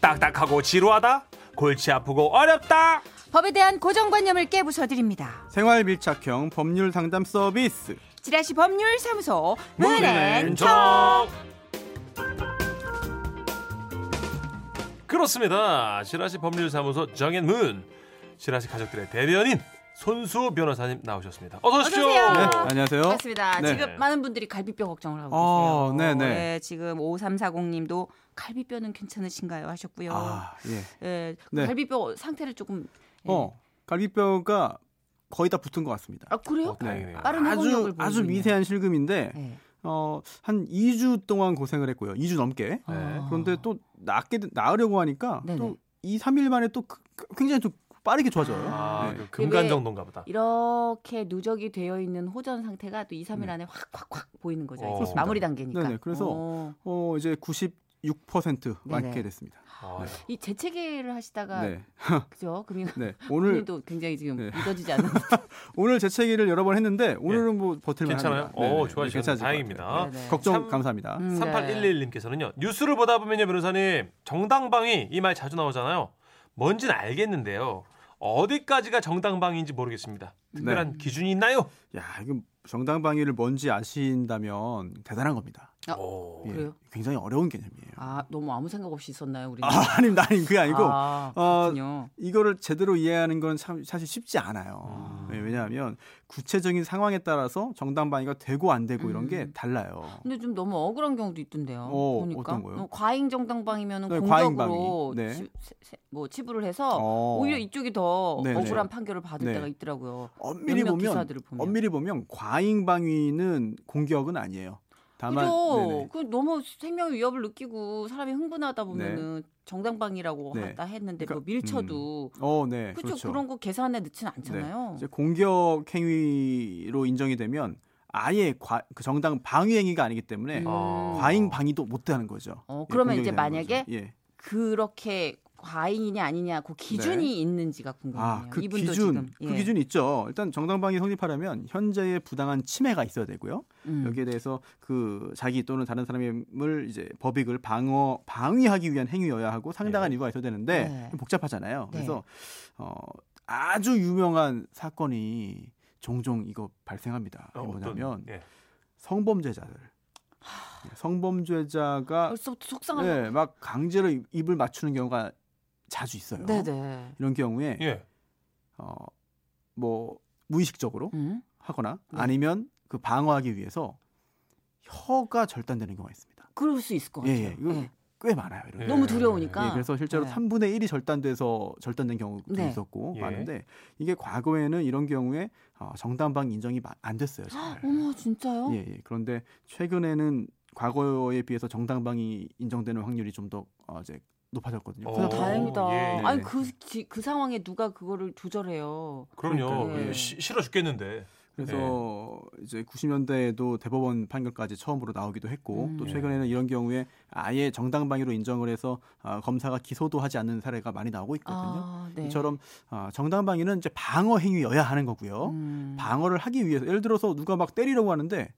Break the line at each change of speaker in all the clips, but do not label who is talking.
딱딱하고 지루하다? 골치 아프고 어렵다?
법에 대한 고정관념을 깨부숴드립니다.
생활 밀착형 법률 상담 서비스. 네,
지라시 법률사무소
문앤정.
문앤정
그렇습니다. 지라시 법률사무소 정앤문 지라시 가족들의 대변인 손수 변호사님 나오셨습니다. 어서 오십시오.
어서 오세요. 네.
안녕하세요.
맞습니다.
네.
지금 많은 분들이 갈비뼈 걱정을 하고
어,
계세요.
네네.
예, 지금 5340님도 갈비뼈는 괜찮으신가요 하셨고요.
아, 예.
예,
네.
갈비뼈 상태를 조금 예.
어, 갈비뼈가 거의 다 붙은 것 같습니다.
아 그래요?
어, 다행이네요.
빠른 회복력을
아주
보이고
아주
있네요.
미세한 실금인데
예.
어, 한 2주 동안 고생을 했고요. 2주 넘게.
네.
아.
그런데 또 낫게 나으려고 하니까
네네.
또 2, 3일 만에 또 그- 그- 굉장히 좀 빠르게 좋아져요.
아,
네.
그 금간 정도인가 보다.
이렇게 누적이 되어 있는 호전 상태가 또 2, 3일 안에 확 확 확 보이는 거죠.
어.
이제
그렇습니다.
마무리 단계니까.
음. 네네, 그래서
어.
어, 이제 96% 맞게
네네.
됐습니다.
아,
이 재채기를 하시다가
네.
그죠? 금융
네.
오늘
오늘
도 굉장히 지금
네.
믿어지지 않는
오늘 재채기를 여러 번 했는데 오늘은 뭐 버틸 만
예. 괜찮아요?
합니다. 네네.
어, 좋아지셨네요.
괜찮을 것 같아요.
다행입니다.
네.
걱정
참-
감사합니다.
음, 네.
3811님께서는요. 뉴스를 보다 보면요, 변호사님. 정당방위 이 말 자주 나오잖아요. 뭔진 알겠는데요. 어디까지가 정당방위인지 모르겠습니다.
네.
특별한 기준이 있나요?
야, 이거 정당방위를 뭔지 아신다면 대단한 겁니다.
아,
오.
예,
그래요?
굉장히 어려운 개념이에요. 아,
아 너무 아무 생각 없이 있었나요 우리?
아닙니다. 아니, 그게 아니고
아, 그렇군요.
이거를 제대로 이해하는 건 참, 사실 쉽지 않아요. 예, 왜냐하면 구체적인 상황에 따라서 정당방위가 되고 안 되고 이런 게
음.
달라요.
근데 좀 너무 억울한 경우도 있던데요.
어,
보니까
어떤 거요?
어, 과잉 정당방위면은
네,
공적으로
과잉 방위. 네.
치, 세- 세- 뭐 치부를 해서
어.
오히려 이쪽이 더
네네.
억울한 판결을 받을
네.
때가 있더라고요.
엄밀히
몇몇
보면,
기사들을 보면.
엄밀히 보면 과잉방위는 공격은 아니에요. 다만
그죠?
네네.
그 너무 생명의 위협을 느끼고 사람이 흥분하다 보면은 정당방위라고
네.
하다 했는데
그러니까,
뭐 밀쳐도
어, 네,
그렇죠.
그렇죠.
그런 거 계산에 넣지는 않잖아요.
이제 공격 행위로 인정이 되면 아예 과- 그 정당 방위 행위가 아니기 때문에
음.
어.
과잉 방위도 못 하는 거죠.
어,
예,
그러면
공격이
이제
되는
만약에
거죠. 예.
그렇게 과잉이냐 아니냐 그 기준이 있는지가 궁금해요.
네. 아, 그
음, 이분도
기준,
지금 예.
그 기준이 있죠. 일단 정당방위 성립하려면 현재의 부당한 침해가 있어야 되고요.
음.
여기에 대해서 그 자기 또는 다른 사람을 이제 법익을 방어 방위하기 위한 행위여야 하고 상당한 이유가 있어야 되는데
네.
좀 복잡하잖아요.
네.
그래서 어, 아주 유명한 사건이 종종 이거 발생합니다.
어,
뭐냐면
어떤, 예.
성범죄자들. 성범죄자가
벌써부터 속상하다.
예, 막 강제로 입- 입을 맞추는 경우가 자주 있어요.
네네.
이런 경우에
예.
어, 뭐 무의식적으로
음?
하거나
네.
아니면 그 방어하기 위해서 혀가 절단되는 경우가 있습니다.
그럴 수 있을 것
예,
같아요.
예, 이거
예.
꽤 많아요. 이런
예.
게.
너무 두려우니까.
예, 그래서 실제로
예.
3분의 1이 절단돼서 절단된 경우도
네.
있었고
예.
많은데 이게 과거에는 이런 경우에 어, 정당방 인정이 마- 안 됐어요. 잘.
어머 진짜요?
예, 예. 그런데 최근에는 과거에 비해서 정당방이 인정되는 확률이 좀 더 어, 이제 높아졌거든요.
어,
어,
그래서
다행이다.
예, 예.
아니 그 그 상황에 누가 그거를 조절해요?
그럼요.
그러니까요.
예. 시- 싫어 죽겠는데.
그래서 이제 90년대에도 대법원 판결까지 처음으로 나오기도 했고
음.
또
예.
최근에는 이런 경우에 아예 정당방위로 인정을 해서 아, 검사가 기소도 하지 않는 사례가 많이 나오고 있거든요.
아, 네.
이처럼 아, 정당방위는 이제 방어 행위여야 하는 거고요.
음,
방어를 하기 위해서 예를 들어서 누가 막 때리려고 하는데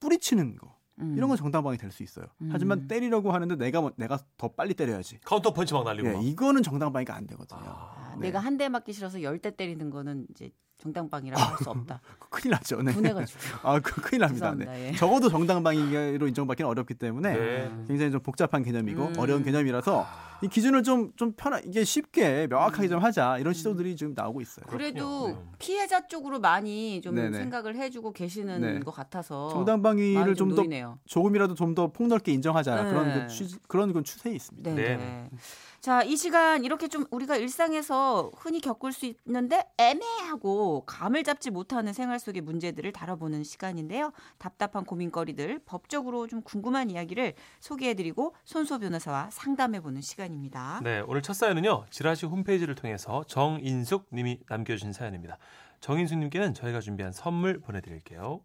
뿌리치는 거
음.
이런 건 정당방위 될 수 있어요.
음.
하지만 때리려고 하는데 내가 뭐- 내가 더 빨리 때려야지.
카운터 펀치 막 날리고.
예,
막.
이거는 정당방위가 안 되거든요.
아,
아,
네.
내가 한 대 맞기 싫어서 열 대 때리는 거는 이제 정당방이라고 할 수 없다.
큰일 났죠. 아, 네.
분해가지고.
아, 그, 큰일 납니다. 네.
죄송합니다. 예.
적어도 정당방위로 인정받기는 어렵기 때문에
네. 아.
굉장히 좀 복잡한 개념이고
음.
어려운 개념이라서 이 기준을 좀 좀 편하 이게 쉽게 명확하게 좀 하자 이런 시도들이 지금 나오고 있어요.
음. 그래도
그렇군요. 네.
피해자 쪽으로 많이 좀
네네.
생각을 해주고 계시는
네.
것 같아서
정당방위를
마음이
좀 더
놓이네요.
조금이라도 좀 더 폭넓게 인정하자 그런
네.
그 취지, 그런 건 추세에 있습니다.
네.
네.
네. 자, 이 시간 이렇게 좀 우리가 일상에서 흔히 겪을 수 있는데 애매하고 감을 잡지 못하는 생활 속의 문제들을 다뤄보는 시간인데요. 답답한 고민거리들, 법적으로 좀 궁금한 이야기를 소개해드리고 손소 변호사와 상담해보는 시간입니다.
네, 오늘 첫 사연은요. 지라시 홈페이지를 통해서 정인숙 님이 남겨 주신 사연입니다. 정인숙 님께는 저희가 준비한 선물 보내 드릴게요.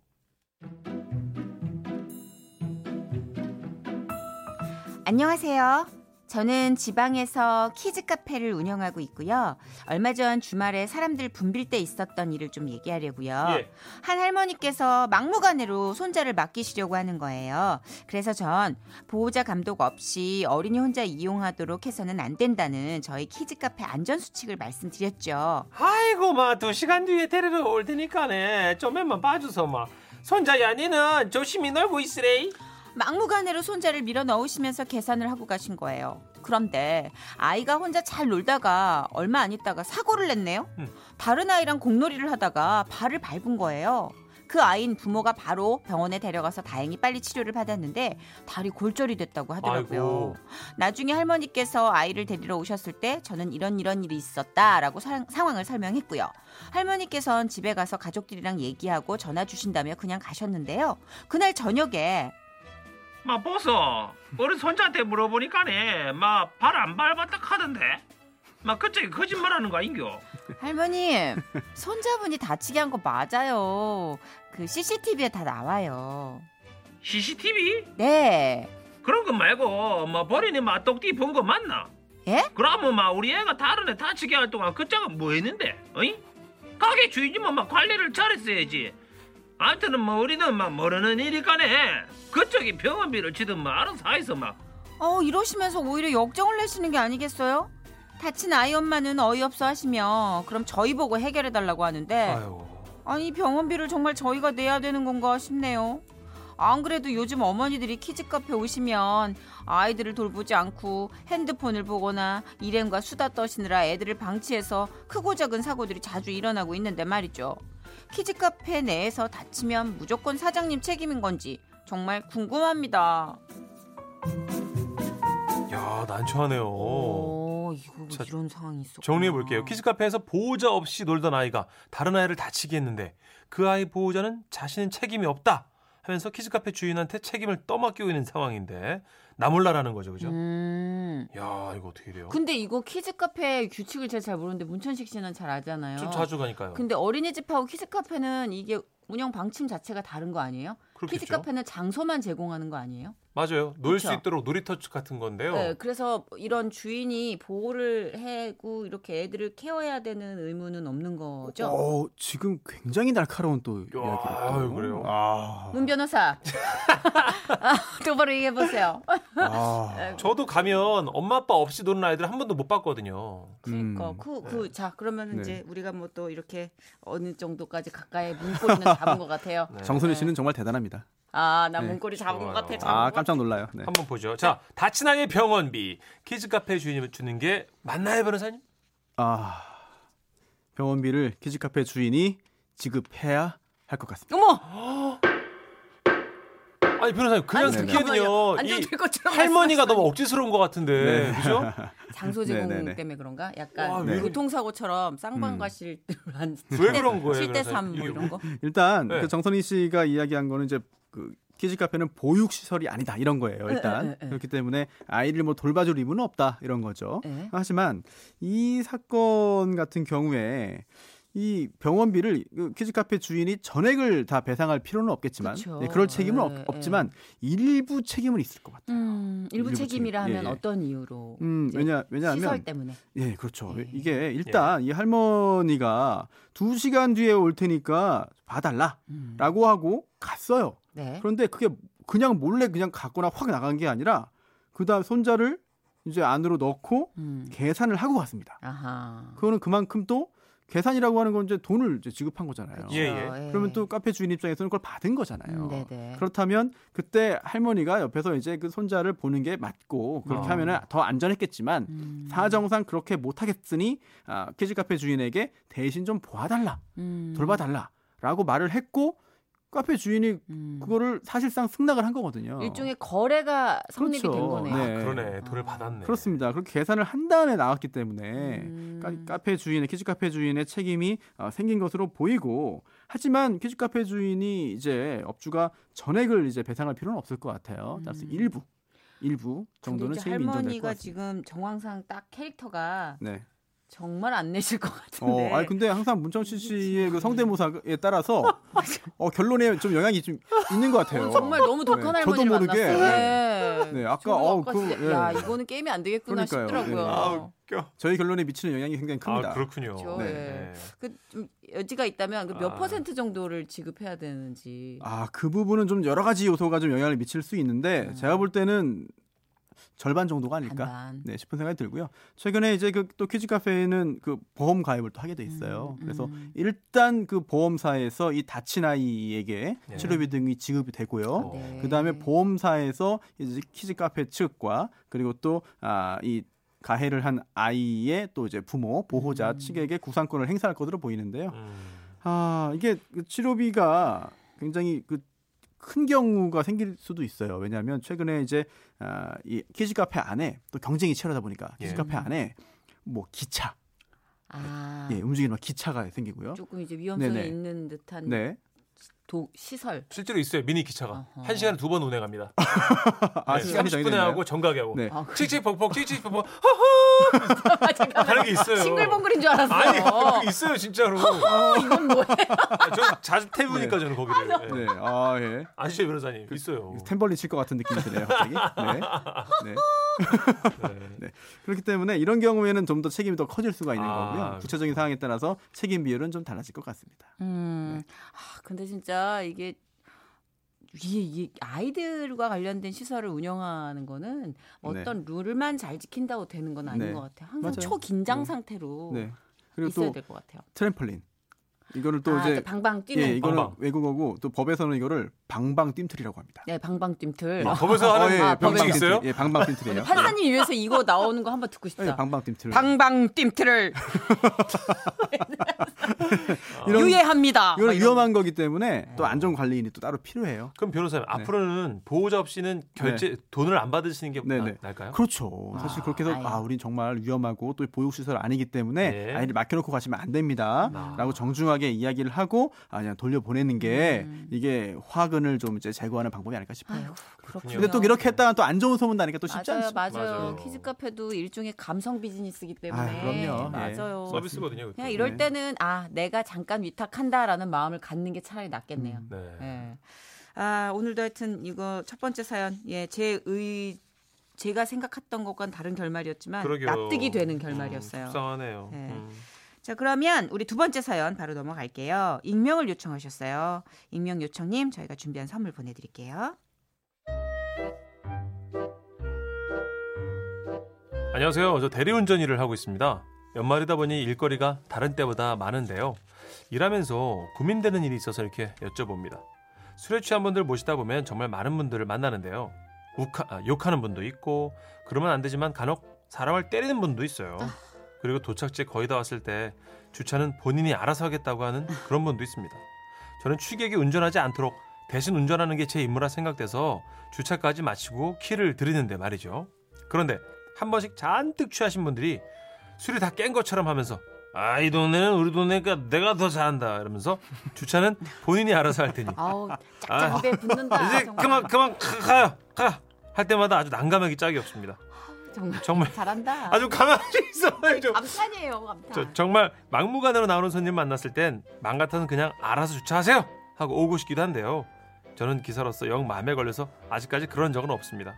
안녕하세요. 저는 지방에서 키즈 카페를 운영하고 있고요. 얼마 전 주말에 사람들 붐빌 때 있었던 일을 좀
아.
얘기하려고요.
예.
한 할머니께서 막무가내로 손자를 맡기시려고 하는 거예요. 그래서 전 보호자 감독 없이 어린이 혼자 이용하도록 해서는 안 된다는 저희 키즈 카페 안전 수칙을 말씀드렸죠.
아이고 마두 시간 뒤에 데리러 올 테니까네 좀만 봐주소 마 손자야 니는 조심히 놀고 있으래
막무가내로 손자를 밀어 넣으시면서 계산을 하고 가신 거예요. 그런데 아이가 혼자 잘 놀다가 얼마 안 있다가 사고를 냈네요.
음.
다른 아이랑 공놀이를 하다가 발을 밟은 거예요. 그 아이는 부모가 바로 병원에 데려가서 다행히 빨리 치료를 받았는데 다리 골절이 됐다고 하더라고요.
아이고.
나중에 할머니께서 아이를 데리러 오셨을 때 저는 이런 이런 일이 있었다라고 사- 상황을 설명했고요. 할머니께선 집에 가서 가족들이랑 얘기하고 전화 주신다며 그냥 가셨는데요. 그날 저녁에
마 보소 어른 손자한테 물어보니까네 마 발 안 밟았다 하던데 마 그쪽이 거짓말하는 거 아닌겨
할머님 손자분이 다치게 한 거 맞아요. 그 CCTV에 다 나와요.
CCTV
네.
그런 거 말고 마 버리니 마 똑띠 본 거 맞나
예?
그러면 마 우리 애가 다른 애 다치게 할 동안 그자가 뭐 했는데 어이 가게 주인이면 마 관리를 잘했어야지 아무튼 뭐 우리는 막 모르는 일이까네 그쪽이 병원비를 치든 마 알아서 하이소 마
어 이러시면서 오히려 역정을 내시는 게 아니겠어요? 다친 아이 엄마는 어이없어 하시며 그럼 저희 보고 해결해 달라고 하는데
아유
아니 병원비를 정말 저희가 내야 되는 건가 싶네요. 안 그래도 요즘 어머니들이 키즈 카페 오시면 아이들을 돌보지 않고 핸드폰을 보거나 일행과 수다 떠시느라 애들을 방치해서 크고 작은 사고들이 자주 일어나고 있는데 말이죠. 키즈 카페 내에서 다치면 무조건 사장님 책임인 건지 정말 궁금합니다.
야 난처하네요
이거
자,
이런 상황이 있어.
정리해 볼게요 키즈 카페에서 보호자 없이 놀던 아이가 다른 아이를 다치게 했는데 그 아이 보호자는 자신은 책임이 없다 하면서 키즈 카페 주인한테 책임을 떠맡기고 있는 상황인데 나 몰라라는 거죠 그죠
음.
야 이거 어떻게 돼요
근데 이거 키즈 카페 규칙을 제가 잘 모르는데 문천식 씨는 잘 알잖아요.
좀 자주 가니까요
근데 어린이집하고 키즈카페는 이게 운영 방침 자체가 다른 거 아니에요?
그렇겠죠
키즈카페는 장소만 제공하는 거 아니에요?
맞아요 놀 수
그쵸?
있도록 놀이터 같은 건데요
네, 그래서 이런 주인이 보호를 하고 이렇게 애들을 케어해야 되는 의무는 없는 거죠.
어, 지금 굉장히 날카로운 또 이야기를
아유,
또.
그래요?
아,
문 변호사, 똑바로 얘기해 보세요.
아.
저도 가면 엄마 아빠 없이 노는 아이들 한 번도 못 봤거든요.
그러니까
음.
그, 그, 자 그러면
네.
이제 우리가 뭐 또 이렇게 어느 정도까지 가까이 문고리는 잡은 것 같아요.
네.
정선희
네.
씨는 정말 대단합니다.
아 나
네.
문고리 잡은 것 같아.
좋아요.
잡은
아
것 같아.
깜짝 놀라요. 네.
한번 보죠. 자, 다친 아이의 병원비 키즈 카페 주인이 주는 게 맞나요, 변호사님?
아 병원비를 키즈카페 주인이 지급해야 할 것 같습니다.
어머,
아니 변호사님 그냥
아니,
듣기에는요.
안
이
좋을 것처럼
할머니가 너무 억지스러운 것 같은데,
네.
그죠?
장소 제공
네네네.
때문에 그런가? 약간
와,
네.
교통사고처럼 쌍방
음.
가실 때한
왜 그런 거예요?
7대
변호사님?
3 뭐
이게
이런 거?
일단
네.
그 정선희 씨가 이야기한 거는 이제 그 키즈카페는 보육 시설이 아니다 이런 거예요. 일단
에, 에, 에.
그렇기 때문에 아이를 뭐 돌봐줄 이유는 없다 이런 거죠.
예.
하지만 이 사건 같은 경우에 이 병원비를 그 키즈카페 주인이 전액을 다 배상할 필요는 없겠지만
그쵸.
예, 그럴 책임은
예,
없, 지만 일부 책임은 있을 것 같아요.
음, 일부
일부
책임이라
책임.
하면
예, 예.
어떤 이유로?
음,
이제
왜냐 왜냐하면
시설 때문에.
예, 그렇죠.
예.
이게 일단 이 할머니가 두 시간 뒤에 올 테니까 봐달라라고
음.
하고 갔어요.
네.
그런데 그게 그냥 몰래 그냥 갔거나 확 나간 게 아니라 그다음 손자를 이제 안으로 넣고
음.
계산을 하고 갔습니다.
아하.
그거는 그만큼 또 계산이라고 하는 건 이제 돈을 이제 지급한 거잖아요.
예, 예.
그러면 또 카페 주인 입장에서는 그걸 받은 거잖아요.
어, 음, 네네.
그렇다면 그때 할머니가 옆에서 이제 그 손자를 보는 게 맞고 그렇게
어.
하면은 더 안전했겠지만
음.
사정상 그렇게 못하겠으니 아, 키즈카페 주인에게 대신 좀 보아달라
음.
돌봐달라라고 말을 했고 카페 주인이
음.
그거를 사실상 승낙을 한 거거든요.
일종의 거래가 성립이 된
그렇죠.
거네요.
아,
네.
그러네.
아.
돈을 받았네.
그렇습니다. 그렇게 계산을 한 다음에 나왔기 때문에
음.
카, 카페 주인의 키즈 카페 주인의 책임이 어, 생긴 것으로 보이고 하지만 키즈 카페 주인이 이제 업주가 전액을 이제 배상할 필요는 없을 것 같아요. 따라서
음.
일부 일부
근데
정도는
이제
책임이 인정될 것
할머니가
같습니다.
지금 정황상 딱 캐릭터가
네,
정말 안 내실 것 같은데.
어, 아니 근데 항상 문정치 씨의 그 성대모사에 따라서 어, 결론에 좀 영향이 좀 있는 것 같아요.
오늘 어, 정말 너무 독한
네,
할머니를
저도 모르게,
만났어요. 네.
네, 아까,
저도
어우,
아까
그,
진짜,
예.
야 이거는 게임이 안 되겠구나
그러니까요.
싶더라고요.
네.
아 웃겨.
저희 결론에 미치는 영향이 굉장히 큽니다.
아 그렇군요.
음. 그렇죠.
네.
예. 그좀 여지가 있다면 그몇
아.
퍼센트 정도를 지급해야 되는지.
아, 그 부분은 좀 여러 가지 요소가 좀 영향을 미칠 수 있는데 제가 볼 때는 절반 정도가 아닐까?
아. 반반.
네, 싶은 생각이 들고요. 최근에 이제 그 또 퀴즈 카페에는 그 보험 가입을 또 하게 돼 예, 있어요.
음,
그래서
음.
일단 그 보험사에서 이 다친 아이에게
네.
치료비 등이 지급이 되고요.
어.
네.
그다음에 보험사에서 이제 퀴즈 카페 측과 그리고 또 아 이 가해를 한 아이의 또 이제 부모 보호자
음.
측에게 구상권을 행사할 것으로 보이는데요.
음,
아 이게 그 치료비가 굉장히 그 큰 경우가 생길 수도 있어요. 왜냐하면 최근에 이제 아, 이 키즈 카페 안에 또 경쟁이 치열하다 보니까 키즈
예.
카페 안에 뭐 기차,
아,
예, 움직이는 기차가 생기고요.
조금 이제 위험성이
네네.
있는 듯한
네,
도 시설.
실제로 있어요 미니 기차가
어허.
한 시간에 두 번 운행합니다.
아,
네,
시간이
30분에
정해졌나요?
하고 정각에 하고
네.
아, 그-
칙칙폭폭 칙칙폭폭
잠깐만.
하는 게 있어요.
싱글벙글인 줄 알았어.
아니 그게 있어요 진짜로.
이건 뭐야?
아, 저는 자주 태우니까
네.
저는 거기를. 네. 그
네, 아 예.
아시죠 변호사님 있어요.
템벌리 칠 것 같은 느낌이 드네요, 갑자기. 네. 네.
네.
그렇기 때문에 이런 경우에는 좀 더 책임이 더 커질 수가 있는
아,
거고요. 구체적인 상황에 따라서 책임 비율은 좀 달라질 것 같습니다.
음.
네.
아, 근데 진짜 이게 이, 이 아이들과 관련된 시설을 운영하는 거는 어떤 룰만 잘 지킨다고 되는 건 아닌
네.
것 같아요. 항상
맞아요.
초긴장
네.
상태로
네. 그리고
있어야
또
될 것 같아요.
트램펄린. 이거를 또
아,
이제
또 방방 뛰는.
예, 이거는
방방.
외국어고 또 법에서는 이거를 방방 뜀틀이라고 합니다.
네, 방방 뛸틀.
아, 법에서 하는
예,
아,
방식
방방
법에서.
있어요?
뜀틀. 예, 방방 뜀틀이에요.
판사님 위해서 이거 나오는 거 한번 듣고 싶다.
예, 방방 뜀틀.
방방 뜀틀을
이런
유예합니다. 막
이거는
이런
위험한 거기 때문에
네.
또 안전 관리인이 또 따로 필요해요.
그럼
네.
변호사님 앞으로는 보호자 없이는 결제 돈을 안 받으시는 게
네,
나-
네.
나을까요?
그렇죠. 사실 그렇게 해서
아유.
아, 우린 정말 위험하고 또 보육시설 아니기 때문에
네.
아이를 맡겨놓고 가시면 안 됩니다.
아.
라고 정중하게 이야기를 하고 아, 그냥 돌려보내는 게
음.
이게 화근을 좀 이제 제거하는 방법이 아닐까 싶어요.
아이고, 그렇군요.
근데 또 이렇게 했다가 또 안 좋은 소문 나니까 또 쉽지
맞아요,
않습니다.
맞아요.
맞아요.
키즈 카페도 일종의 감성 비즈니스이기 때문에
아, 그럼요. 예.
뭐
맞아요.
서비스거든요. 그것도.
그냥 이럴
네.
때는 아 내가 잠깐 위탁한다라는 마음을 갖는 게 차라리 낫겠네요.
네.
예. 아 오늘도 하여튼 이거 첫 번째 사연 예, 예제의 제가 생각했던 것과는 다른 결말이었지만
그러게요.
납득이 되는
음,
결말이었어요.
속상하네요.
네.
음.
자 그러면 우리 두 번째 사연 바로 넘어갈게요. 익명을 요청하셨어요. 익명 요청님 저희가 준비한 선물 보내드릴게요.
안녕하세요. 저 대리운전 일을 하고 있습니다. 연말이다 보니 일거리가 다른 때보다 많은데요. 일하면서 고민되는 일이 있어서 이렇게 여쭤봅니다. 술에 취한 분들 모시다 보면 정말 많은 분들을 만나는데요. 욱하, 아, 욕하는 분도 있고 그러면 안 되지만 간혹 사람을 때리는 분도 있어요. 그리고 도착지에 거의 다 왔을 때 주차는 본인이 알아서 하겠다고 하는 그런 분도 있습니다. 저는 취객이 운전하지 않도록 대신 운전하는 게 제 임무라 생각돼서 주차까지 마치고 키를 들이는데 말이죠. 그런데 한 번씩 잔뜩 취하신 분들이 술이 다 깬 것처럼 하면서 아 이 동네는 우리 동네니까 내가 더 잘한다 이러면서 주차는 본인이 알아서 할 테니
아우 짝짝배 붙는다.
이제
아, 정말.
그만 그만 가- 가요 가 할 때마다 아주 난감하기 짝이 없습니다
정말
정말
잘한다.
아주 가만히 있어요 좀
감탄이에요, 감탄.
저, 정말 막무가내로 나오는 손님 만났을 땐 맘 같아서 그냥 알아서 주차하세요 하고 오고 싶기도 한데요 저는 기사로서 영 마음에 걸려서 아직까지 그런 적은 없습니다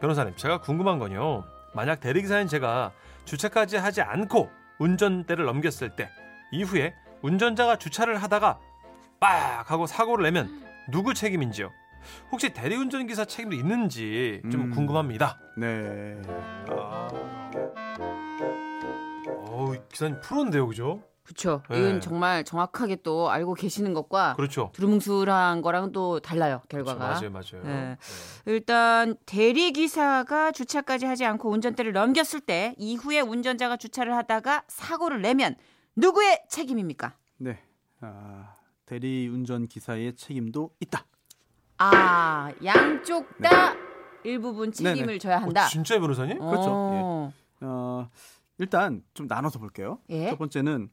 변호사님 제가 궁금한 건요 만약 대리기사인 제가 주차까지 하지 않고 운전대를 넘겼을 때 이후에 운전자가 주차를 하다가 빡 하고 사고를 내면 누구 책임인지요 혹시 대리운전기사 책임도 있는지 좀
음.
궁금합니다
네.
어우 기사님 프로인데요 그죠?
그렇죠.
네.
이건 정말 정확하게 또 알고 계시는 것과
그렇죠
두루뭉술한 거랑 또 달라요 결과가.
맞아요 맞아요
네.
네.
일단 대리 기사가 주차까지 하지 않고 운전대를 넘겼을 때 이후에 운전자가 주차를 하다가 사고를 내면 누구의 책임입니까?
네. 아, 대리 운전 기사의 책임도 있다.
아 양쪽 다 일부분 책임을
네. 네네.
져야 한다.
어, 진짜 변호사님?
그렇죠.
어,
어, 일단 좀 나눠서 볼게요.
예.
첫 번째는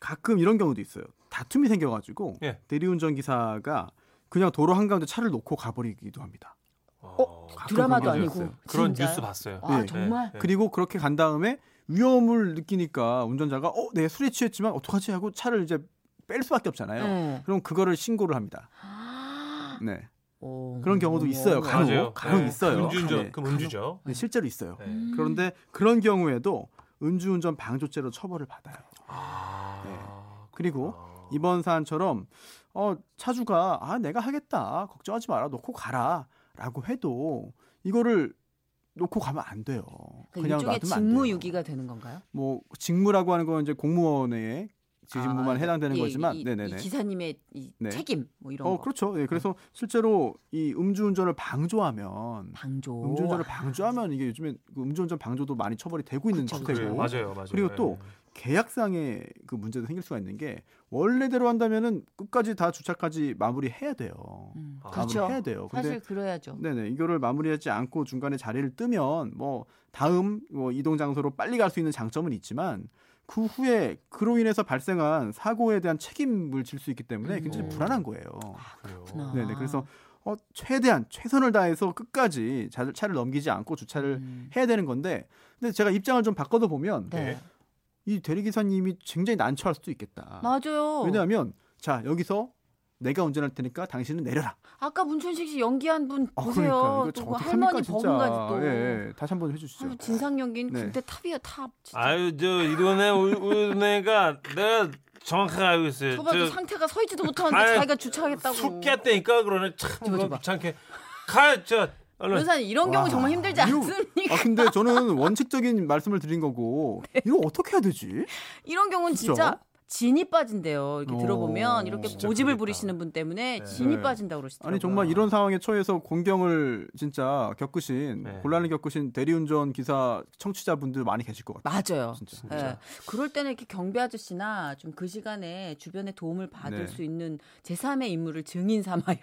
가끔 이런 경우도 있어요. 다툼이 생겨가지고
예.
대리운전 기사가 그냥 도로 한가운데 차를 놓고 가버리기도 합니다.
어,
가끔
드라마도
그런 일이
아니고
있어요.
그런
진짜요? 아,
뉴스 봤어요.
와
네.
정말
네.
그리고 그렇게 간 다음에 위험을 느끼니까 운전자가 어, 내 술에 취했지만 어떡하지 하고 차를 이제 뺄 수밖에 없잖아요.
네.
그럼 그거를 신고를 합니다. 네.
오,
그런 경우도 있어요. 간혹.
맞아요.
간혹
네.
있어요.
음주운전,
네.
그럼 음주죠.
네, 실제로 있어요.
네.
음.
그런데 그런 경우에도 음주운전 방조죄로 처벌을 받아요.
아,
네. 그리고
그렇구나.
이번 사안처럼 어, 차주가 아 내가 하겠다 걱정하지 마라 놓고 가라라고 해도 이거를 놓고 가면 안 돼요.
그러니까
그냥
일종의
놔두면 안 돼요.
직무유기가 되는 건가요?
뭐 직무라고 하는 건 이제 공무원의 직무만
아,
해당되는
예,
거지만
이,
네네네.
이 기사님의 이
네.
책임 뭐 이런
어
거 네.
그렇죠. 예, 그래서 실제로 이 음주운전을 방조하면
방조 아,
음주운전을 방조하면 이게 요즘에 그 음주운전 방조도 많이 처벌이 되고 있는
그쵸,
네,
추세고
맞아요, 맞아요.
그리고 또
네.
계약상의 그 문제도 생길 수가 있는 게 원래대로 한다면은 끝까지 다 주차까지 마무리해야 돼요.
음,
아,
그렇죠.
마무리해야 돼요. 근데
사실 그래야죠.
네네 이거를 마무리하지 않고 중간에 자리를 뜨면 뭐 다음 뭐 이동 장소로 빨리 갈 수 있는 장점은 있지만 그 후에 그로 인해서 발생한 사고에 대한 책임을 질 수 있기 때문에 굉장히
음.
불안한 거예요.
아.
그래요.
그렇구나.
네네 그래서 어, 최대한 최선을 다해서 끝까지 자- 차를 넘기지 않고 주차를
음.
해야 되는 건데 근데 제가 입장을 좀 바꿔도 보면
네.
네.
이 대리기사님이 굉장히 난처할 수도 있겠다.
맞아요.
왜냐하면 자 여기서 내가 운전할 테니까 당신은 내려라.
아까 문춘식 씨 연기한 분
아,
보세요.
그러니까 이거
또그 뭐
어떡합니까,
할머니
진짜.
버금가지 또.
예, 예. 다시 한번 해주시죠.
아유, 진상 연기는
네.
군대 탑이야 탑. 진짜.
아유 저 이번에 은혜가 내가 정확하게 알고 있어요.
저봐도
네, 저
상태가 서있지도 못하는데
아유,
자기가 주차하겠다고.
숙겠다니까 그러네 참
저거
이거
저거.
귀찮게 가저 얼른
변사님 이런 경우
와,
정말 힘들지
이거-
않습니까?
아 근데 저는 원칙적인 말씀을 드린 거고
네.
이거 어떻게 해야 되지?
이런 경우는
진짜?
진짜 진이 빠진대요. 이렇게
오,
들어보면 이렇게
진짜
고집을
그러겠다.
부리시는 분 때문에
네.
진이
네.
빠진다고 그러시더라고요.
아니 정말 이런 상황에 처해서 공경을 진짜 겪으신
네.
곤란을 겪으신 대리운전 기사 청취자분들 많이 계실 것 같아요.
맞아요.
진짜.
예. 그럴 때는 이렇게 경비 아저씨나 좀 그 시간에 주변에 도움을 받을
네.
수 있는 제3의 인물을 증인 삼아 이렇게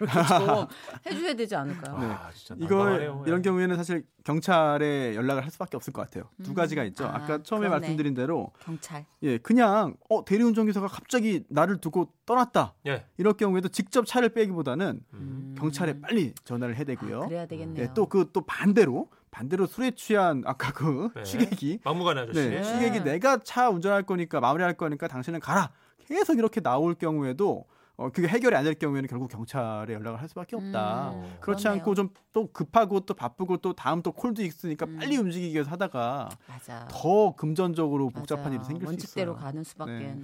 좀 해줘야 되지 않을까요?
네.
아, 진짜
이거
난감하네요.
이런
예.
경우에는 사실 경찰에 연락을 할 수밖에 없을 것 같아요. 두
음.
가지가 있죠.
아,
아, 까 처음에
그러네.
말씀드린 대로
경찰.
예 그냥 어 대리운전 기사가 갑자기 나를 두고 떠났다
예.
이럴 경우에도 직접 차를 빼기보다는
음.
경찰에 빨리 전화를 해야 되고요.
아, 그래야 되겠네요.
예, 또 그 또 반대로 반대로 술에 취한 아까 그
네.
취객이
막무가내 아저씨. 예.
네,
네.
취객이 내가 차 운전할 거니까 마무리할 거니까 당신은 가라. 계속 이렇게 나올 경우에도 어, 그게 해결이 안 될 경우에는 결국 경찰에 연락을 할 수밖에 없다.
음,
그렇지
그렇네요.
않고 좀 또 급하고 또 바쁘고 또 다음 또 콜도 있으니까
음.
빨리 움직이기 위해서 하다가
맞아.
더 금전적으로 복잡한
맞아요.
일이 생길 수
원칙대로
있어요.
가는 수밖에.
네.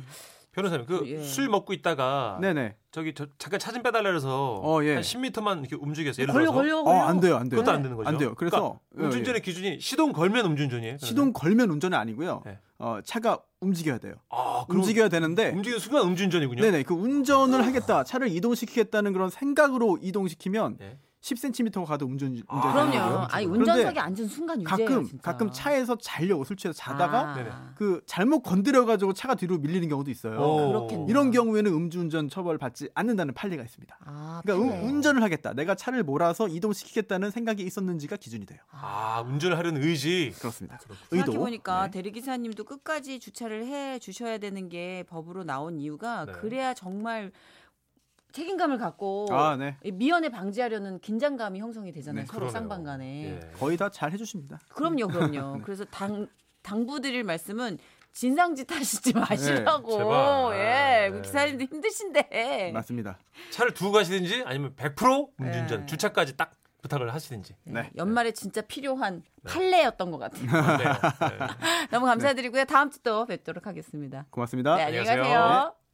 변호사님 그
예.
술 먹고 있다가
네네.
저기 저 잠깐 차 좀 빼달라 그래서
어, 예.
한 10m만 이렇게 움직였어요. 예를
네, 걸려
들어서
걸려
어,
걸려.
안 돼요, 안 돼요.
그것도 안 되는 거죠. 그러니까
안 돼요. 그래서 예, 예.
음주운전의 기준이 시동 걸면 음주운전이에요. 그러면?
시동 걸면 운전이 아니고요.
네.
어, 차가 움직여야 돼요.
아, 그럼 움직여
움직여야 되는데
움직이는 순간 음주운전이군요.
네네 그 운전을 하겠다 차를 이동시키겠다는 그런 생각으로 이동시키면
네.
10cm가 가도 운전 운전
아,
그럼요.
그래요?
아니
그런데
운전석에 앉은 순간 유죄예요.
가끔
진짜.
가끔 차에서 잘려 술 취해서 자다가
아,
네네.
그 잘못 건드려 가지고 차가 뒤로 밀리는 경우도 있어요.
오.
그렇겠네요.
이런 경우에는 음주운전 처벌 받지 않는다는 판례가 있습니다.
아,
그러니까
그래.
운- 운전을 하겠다 내가 차를 몰아서 이동시키겠다는 생각이 있었는지가 기준이 돼요.
아 운전을 하려는 의지.
그렇습니다. 의도.
그렇죠. 생각해 보니까
네.
대리기사님도 끝까지 주차를 해 주셔야 되는 게 법으로 나온 이유가
네.
그래야 정말 책임감을 갖고
아 네.
이 미연에 방지하려는 긴장감이 형성이 되잖아요.
네,
서로
그러네요.
쌍방간에.
예. 네.
거의 다 잘 해주십니다.
그럼요, 그럼요. 그래서 당 당부드릴 말씀은 진상짓 하시지 마시라고.
네, 제발.
예,
네.
기사님도 힘드신데.
맞습니다.
차를 두고 가시든지 아니면 100% 음주운전
네.
주차까지 딱 부탁을 하시든지.
네.
연말에 진짜 필요한 판례였던 것 같아요.
그런데요. 네. 아,
너무 감사드리고요. 다음 주 또 뵙도록 하겠습니다.
고맙습니다.
네, 안녕히
안녕히
가세요.
가세요.